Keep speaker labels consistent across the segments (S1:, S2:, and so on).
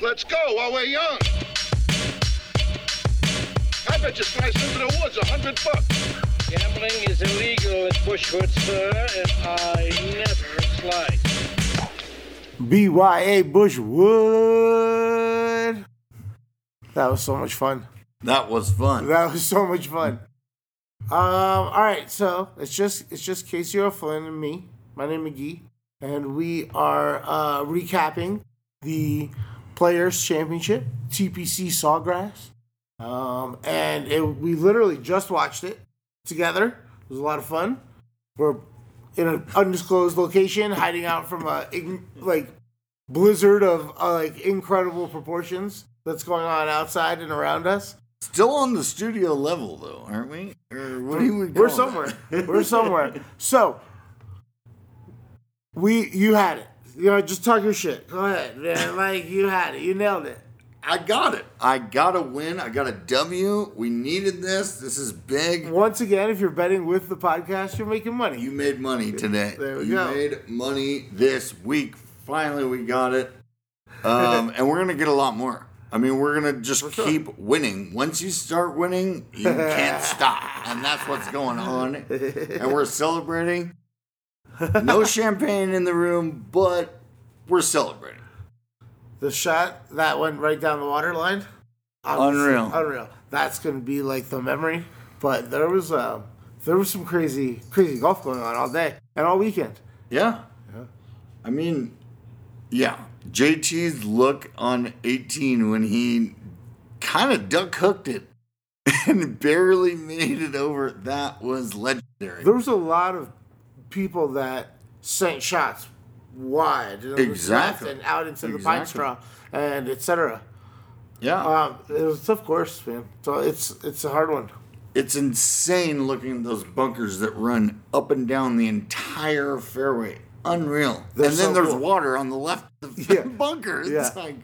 S1: Let's go while we're young. I bet you slice into the woods a hundred bucks.
S2: Gambling is illegal at Bushwood, sir, and I never slice.
S3: BYA Bushwood. That was so much fun.
S4: That was fun.
S3: That was so much fun. Um, all right, so it's just it's just Casey O'Flynn and me. My name is McGee, and we are uh, recapping the Players Championship TPC Sawgrass. Um, and it, we literally just watched it together. It was a lot of fun. We're in an undisclosed location, hiding out from a ign- like blizzard of uh, like incredible proportions that's going on outside and around us.
S4: Still on the studio level, though, aren't we? Or what do we
S3: We're
S4: call
S3: somewhere.
S4: that?
S3: We're somewhere. So we you had it. You know, just talk your shit. Go ahead, man. Like you had it. You nailed it.
S4: I got it. I got a win. I got a W. We needed this. This is big.
S3: Once again, if you're betting with the podcast, you're making money.
S4: You made money today.
S3: There we
S4: you
S3: go.
S4: made money this week. Finally, we got it. Um, and we're going to get a lot more. I mean, we're going to just
S3: sure.
S4: keep winning. Once you start winning, you can't stop. And that's what's going on. And we're celebrating. No champagne in the room, but we're celebrating.
S3: the shot that went right down the water line. Obviously,
S4: Unreal.
S3: unreal. That's gonna be like the memory. But there was um, there was some crazy crazy golf going on all day and all weekend.
S4: Yeah. I mean, yeah. JT's look on 18 when he kind of duck hooked it and barely made it over, that was legendary.
S3: There was a lot of people that sent shots wide, and it was left
S4: Exactly.
S3: and out into the pine
S4: Exactly.
S3: straw and etc.
S4: Yeah.
S3: Um, it was a tough course, man. So it's it's a hard one.
S4: it's insane looking at those bunkers that run up and down the entire fairway. Unreal.
S3: They're
S4: and then
S3: so
S4: there's
S3: cool.
S4: water on the left of the
S3: Yeah.
S4: bunker. It's
S3: Yeah.
S4: like,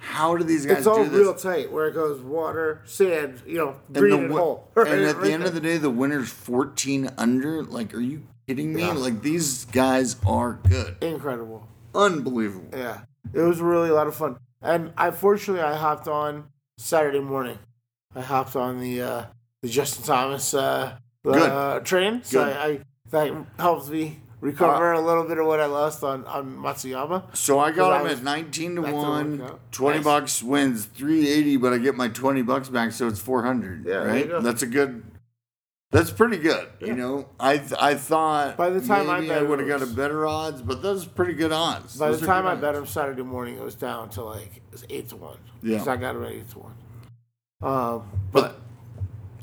S4: how do these guys
S3: it's all
S4: do this?
S3: real tight where it goes water, sand, you know,
S4: And
S3: green
S4: the
S3: and
S4: win-
S3: hole.
S4: and at the end of the day, the winner's 14 under. Like, are you kidding me?
S3: Yeah.
S4: Like, these guys are good.
S3: incredible.
S4: Unbelievable.
S3: Yeah, it was really a lot of fun. And I fortunately I hopped on Saturday morning. I hopped on the uh, the Justin Thomas uh, uh,
S4: Good.
S3: train, so
S4: Good. Uh-huh.
S3: I, I that helped me recover a little bit of what I lost on on Matsuyama.
S4: So I
S3: Well,
S4: got
S3: I
S4: him
S3: was-
S4: at 19 to
S3: that didn't
S4: 1.
S3: work out.
S4: 20
S3: Nice.
S4: bucks wins 380, but I get my 20 bucks back, so it's 400.
S3: Yeah, there you
S4: right?
S3: go.
S4: That's a good. That's pretty good,
S3: Yeah.
S4: you know. I I thought
S3: By the time I
S4: maybe
S3: bet
S4: I
S3: it
S4: would have got a
S3: was-
S4: better odds, but those are pretty good odds.
S3: By
S4: Those
S3: the
S4: are
S3: time
S4: good
S3: I bet
S4: odds.
S3: him Saturday morning, it was down to like it was eight to one.
S4: Yeah.
S3: so I got him at eight to one. Um,
S4: but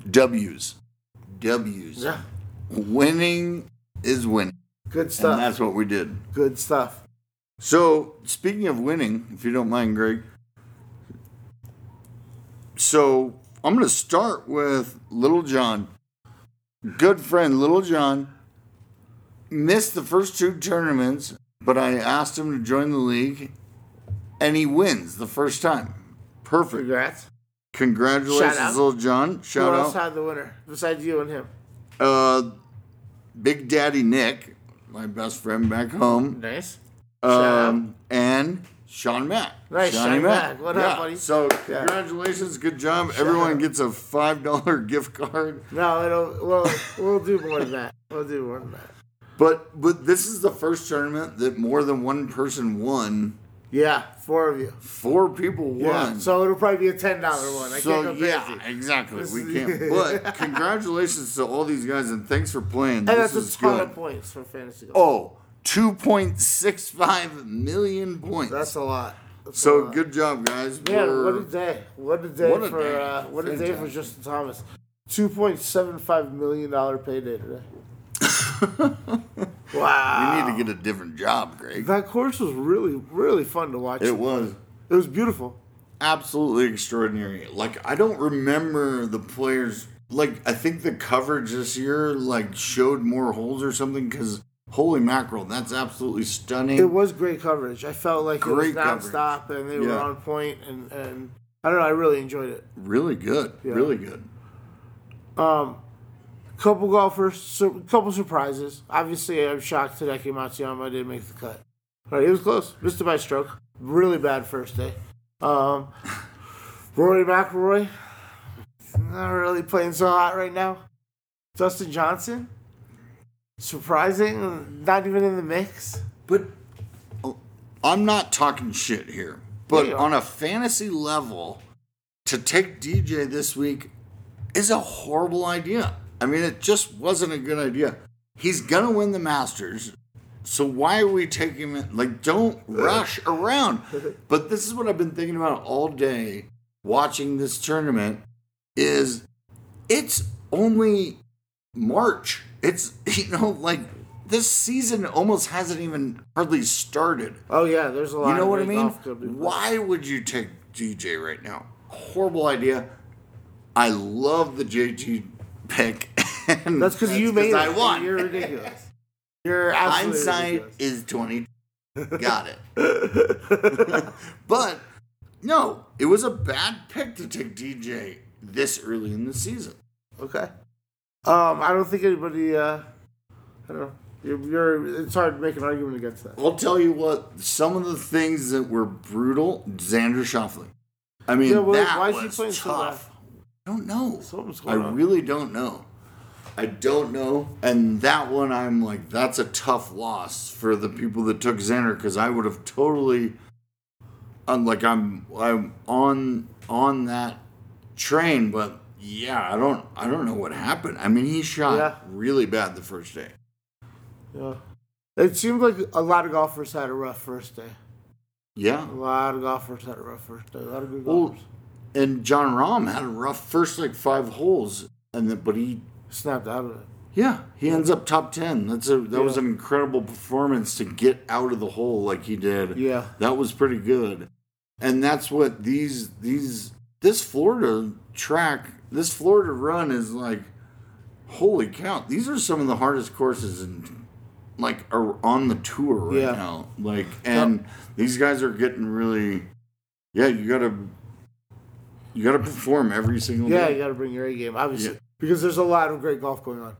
S4: W's, W's,
S3: yeah,
S4: winning is winning,
S3: good
S4: and
S3: stuff.
S4: that's what we did.
S3: Good stuff.
S4: So, speaking of winning, if you don't mind, Greg. So, I'm going to start with Little John. Good friend, Little John. Missed the first two tournaments, but I asked him to join the league, and he wins the first time. Perfect.
S3: Congrats.
S4: Congratulations,
S3: Shout out.
S4: Little John. Shout
S3: Who
S4: out.
S3: else had the winner besides you and him?
S4: uh, Big Daddy Nick, my best friend back home.
S3: Nice. Shout
S4: Um, and Sean Mack.
S3: Right,
S4: Shawnee
S3: Shawn Mack. What up, buddy?
S4: So congratulations, good job. Everyone gets a five dollar gift card.
S3: No, it'll, we'll we'll do more than that. We'll do more than that.
S4: But but this is the first tournament that more than one person won.
S3: Yeah, four of you.
S4: Four people won.
S3: Yeah, so it'll probably be a ten dollar one. I
S4: So,
S3: can't go
S4: yeah,
S3: crazy.
S4: exactly.
S3: This
S4: we
S3: is-
S4: can't. But congratulations to all these guys and thanks for playing.
S3: And
S4: this
S3: that's
S4: is
S3: a ton
S4: good.
S3: of points for fantasy. Golf.
S4: Oh, 2.65 million points.
S3: that's a lot. That's a
S4: so
S3: lot.
S4: good job, guys.
S3: Man,
S4: We're-
S3: what a day! What a day
S4: What a
S3: for
S4: day.
S3: Uh, what a day for
S4: Fantastic.
S3: Justin Thomas. Two point seven five million dollar payday today. wow!
S4: You need to get a different job, Greg.
S3: that course was really really fun to watch.
S4: It was
S3: It was beautiful.
S4: absolutely extraordinary. Like I don't remember the players. Like I think the coverage this year like showed more holes or something because holy mackerel, that's absolutely stunning.
S3: It was great coverage. I felt like
S4: Great
S3: it was
S4: coverage.
S3: nonstop, and they were
S4: Yeah.
S3: on point, and and I don't know. I really enjoyed it.
S4: really good, really good.
S3: Couple golfers, su- couple surprises. Obviously, I'm shocked Hideki Matsuyama didn't make the cut. All right, it was close. Missed it by a stroke. Really bad first day. Um, Rory McIlroy, not really playing so hot right now. Dustin Johnson, surprising, not even in the mix.
S4: But uh, I'm not talking shit here. But
S3: Yeah, you are.
S4: on a fantasy level, to take DJ this week is a horrible idea. I mean, it just wasn't a good idea. He's gonna win the Masters, so why are we taking it? Like, don't rush around. But this is what I've been thinking about all day watching this tournament: is it's only March. It's you know like this season almost hasn't even hardly started.
S3: Oh yeah, there's a lot.
S4: You know
S3: of
S4: what I
S3: great
S4: mean?
S3: golf club people.
S4: Why would you take DJ right now? Horrible idea. I love the JG pick. and
S3: That's because you made it.
S4: I won.
S3: You're ridiculous. You're absolutely
S4: Hindsight
S3: ridiculous.
S4: is twenty. Got it. but no, it was a bad pick to take DJ this early in the season.
S3: Okay. Um, I don't think anybody. Uh, I don't know. You're, you're. It's hard to make an argument against that.
S4: I'll tell you what. Some of the things that were brutal, Xander Shoffley. I mean,
S3: Yeah, well,
S4: that
S3: why is
S4: was
S3: he playing
S4: tough.
S3: so bad?
S4: I don't know.
S3: Something's
S4: I
S3: going on.
S4: really don't know. I don't know. And that one, I'm like, that's a tough loss for the people that took Xander because I would have totally, I'm like, I'm I'm on on that train, but yeah, I don't I don't know what happened. I mean, he shot
S3: Yeah.
S4: really bad the first day.
S3: Yeah. It seemed like a lot of golfers had a rough first day.
S4: Yeah.
S3: A lot of golfers had a rough first day. A lot of good
S4: Well,
S3: golfers
S4: and John Rahm had a rough first like five holes, and then but he
S3: snapped out of it.
S4: yeah he ends up top ten. That's a that was an incredible performance to get out of the hole like he did.
S3: Yeah.
S4: that was pretty good, and that's what these these this Florida track this Florida run is like. Holy cow! These are some of the hardest courses in like are on the tour right
S3: Yeah.
S4: now. Like and these guys are getting really. Yeah, you gotta. You gotta perform every single
S3: Yeah,
S4: day.
S3: you got to bring your A game, obviously,
S4: Yeah.
S3: because there's a lot of great golf going on.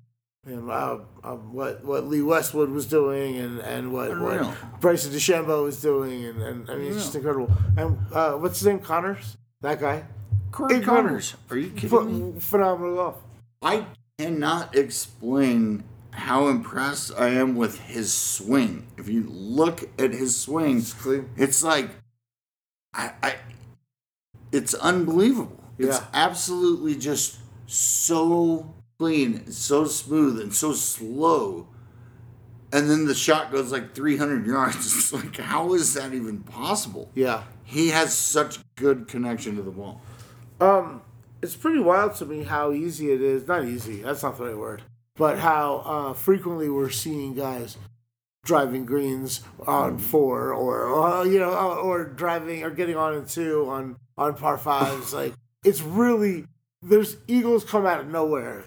S3: And uh, um, what what Lee Westwood was doing, and, and what,
S4: Unreal.
S3: what Bryson DeChambeau was doing, and, and I mean it's just incredible. And uh, what's his name, Connors? That guy,
S4: Corey
S3: Incredible.
S4: Connors, are you kidding me?
S3: Ph- phenomenal golf.
S4: I cannot explain how impressed I am with his swing. If you look at his swing,
S3: It's clean.
S4: it's like I, I it's unbelievable. It's
S3: Yeah.
S4: absolutely just so clean, so smooth, and so slow. And then the shot goes like 300 yards. It's like, how is that even possible?
S3: Yeah,
S4: He has such good connection to the ball.
S3: um, it's pretty wild to me how easy it is. Not easy. That's not the right word. But how uh, frequently we're seeing guys driving greens on four, or, or you know, or, or driving or getting on in two on on par fives. like it's really there's eagles come out of nowhere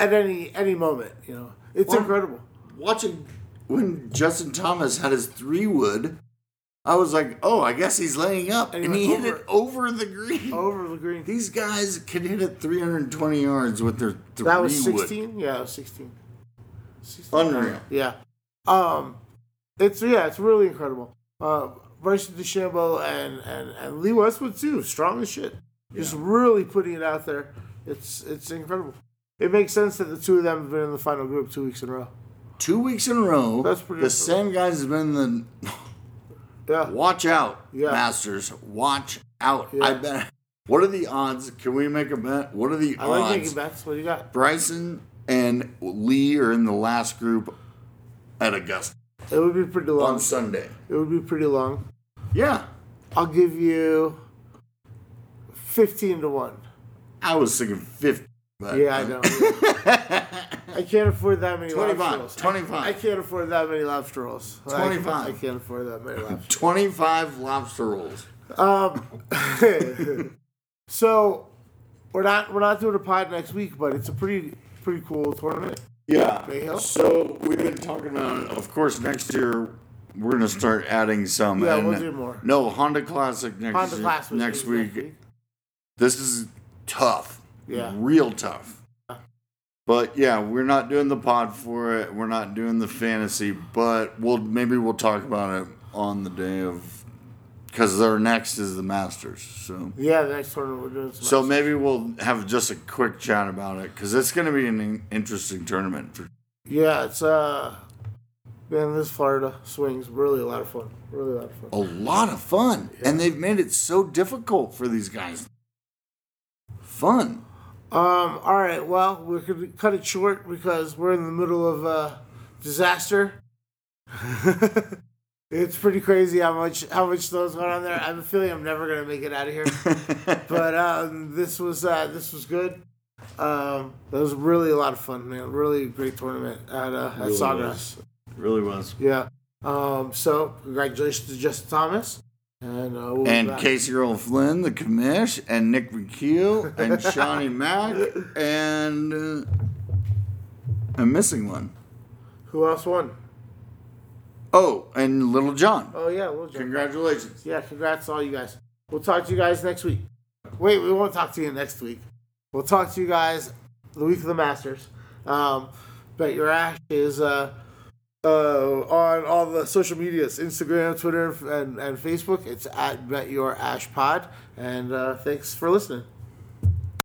S3: at any any moment. You know, it's
S4: Well-
S3: incredible.
S4: watching when Justin Thomas had his three wood, I was like, oh, I guess he's laying up.
S3: And
S4: And,
S3: he Oh.
S4: he
S3: went
S4: hit it over the green.
S3: Over the green.
S4: These guys can hit it 320 yards with their three
S3: That was
S4: wood.
S3: 16? Yeah, it was 16. 16.
S4: Unreal.
S3: Yeah. Um, it's yeah, it's really incredible. Uh, Bryson DeChambeau and, and and Lee Westwood too, strong as shit. Just really putting it out there. It's it's incredible. It makes sense that the two of them have been in the final group two weeks in a row.
S4: Two weeks in a row,
S3: That's pretty
S4: the
S3: impressive.
S4: same guys have been the
S3: Yeah.
S4: watch out,
S3: Yeah.
S4: Masters. Watch out.
S3: Yeah.
S4: I bet. What are the odds? Can we make a bet? What are the
S3: I
S4: odds?
S3: like making bets. What do you got?
S4: Bryson and Lee are in the last group at Augusta
S3: It would be pretty long.
S4: on Sunday.
S3: It would be pretty long.
S4: Yeah.
S3: I'll give you fifteen to one.
S4: I was thinking 50. But
S3: Yeah, I know. I can't afford that many
S4: 25,
S3: lobster rolls.
S4: 25.
S3: I can't afford that many lobster rolls.
S4: 25.
S3: I, I can't afford that many lobster
S4: 25 lobster rolls.
S3: Um, so we're not we're not doing a pod next week, but it's a pretty pretty cool tournament. Bay
S4: Yeah.
S3: Hill?
S4: So we've been talking about, of course, next year we're going to start adding some.
S3: Yeah,
S4: and-
S3: we'll do more.
S4: No, Honda Classic next,
S3: Honda
S4: year-
S3: class was
S4: next
S3: was
S4: week. This is tough.
S3: Yeah.
S4: Real tough. But yeah, we're not doing the pod for it. We're not doing the fantasy, but we'll maybe we'll talk about it on the day of because their next is the Masters. So,
S3: Yeah, the next tournament we're doing. is
S4: so
S3: Masters.
S4: maybe we'll have just a quick chat about it because it's going to be an in- interesting tournament. For,
S3: yeah, it's uh, man, this Florida swings really a lot of fun. Really a lot of fun.
S4: a lot of fun, and they've made it so difficult for these guys. Fun.
S3: Um, all right, well, we could cut it short because we're in the middle of a disaster. it's pretty crazy how much how much snow's going on there. I have a feeling I'm never gonna make it out of here. but um, this was uh, this was good. Um, that was really a lot of fun, man. Really great tournament at uh, at
S4: Really
S3: Sawgrass.
S4: Really was.
S3: Yeah. Um, so congratulations to Justin Thomas and uh, we'll be
S4: And
S3: back.
S4: Casey Earl Flynn, the commish, and Nick McKeel, and Shawnee Mack, and uh, I'm missing one.
S3: Who else won?
S4: Oh, and Little John.
S3: Oh yeah, Lil Jon.
S4: Congratulations.
S3: Yeah, congrats to all you guys. We'll talk to you guys next week. Wait, we won't talk to you next week. We'll talk to you guys the week of the Masters. Um, bet your ash is uh, uh, on all the social medias Instagram, Twitter, and, and Facebook. It's at Bet Your Ash Pod. And uh, thanks for listening.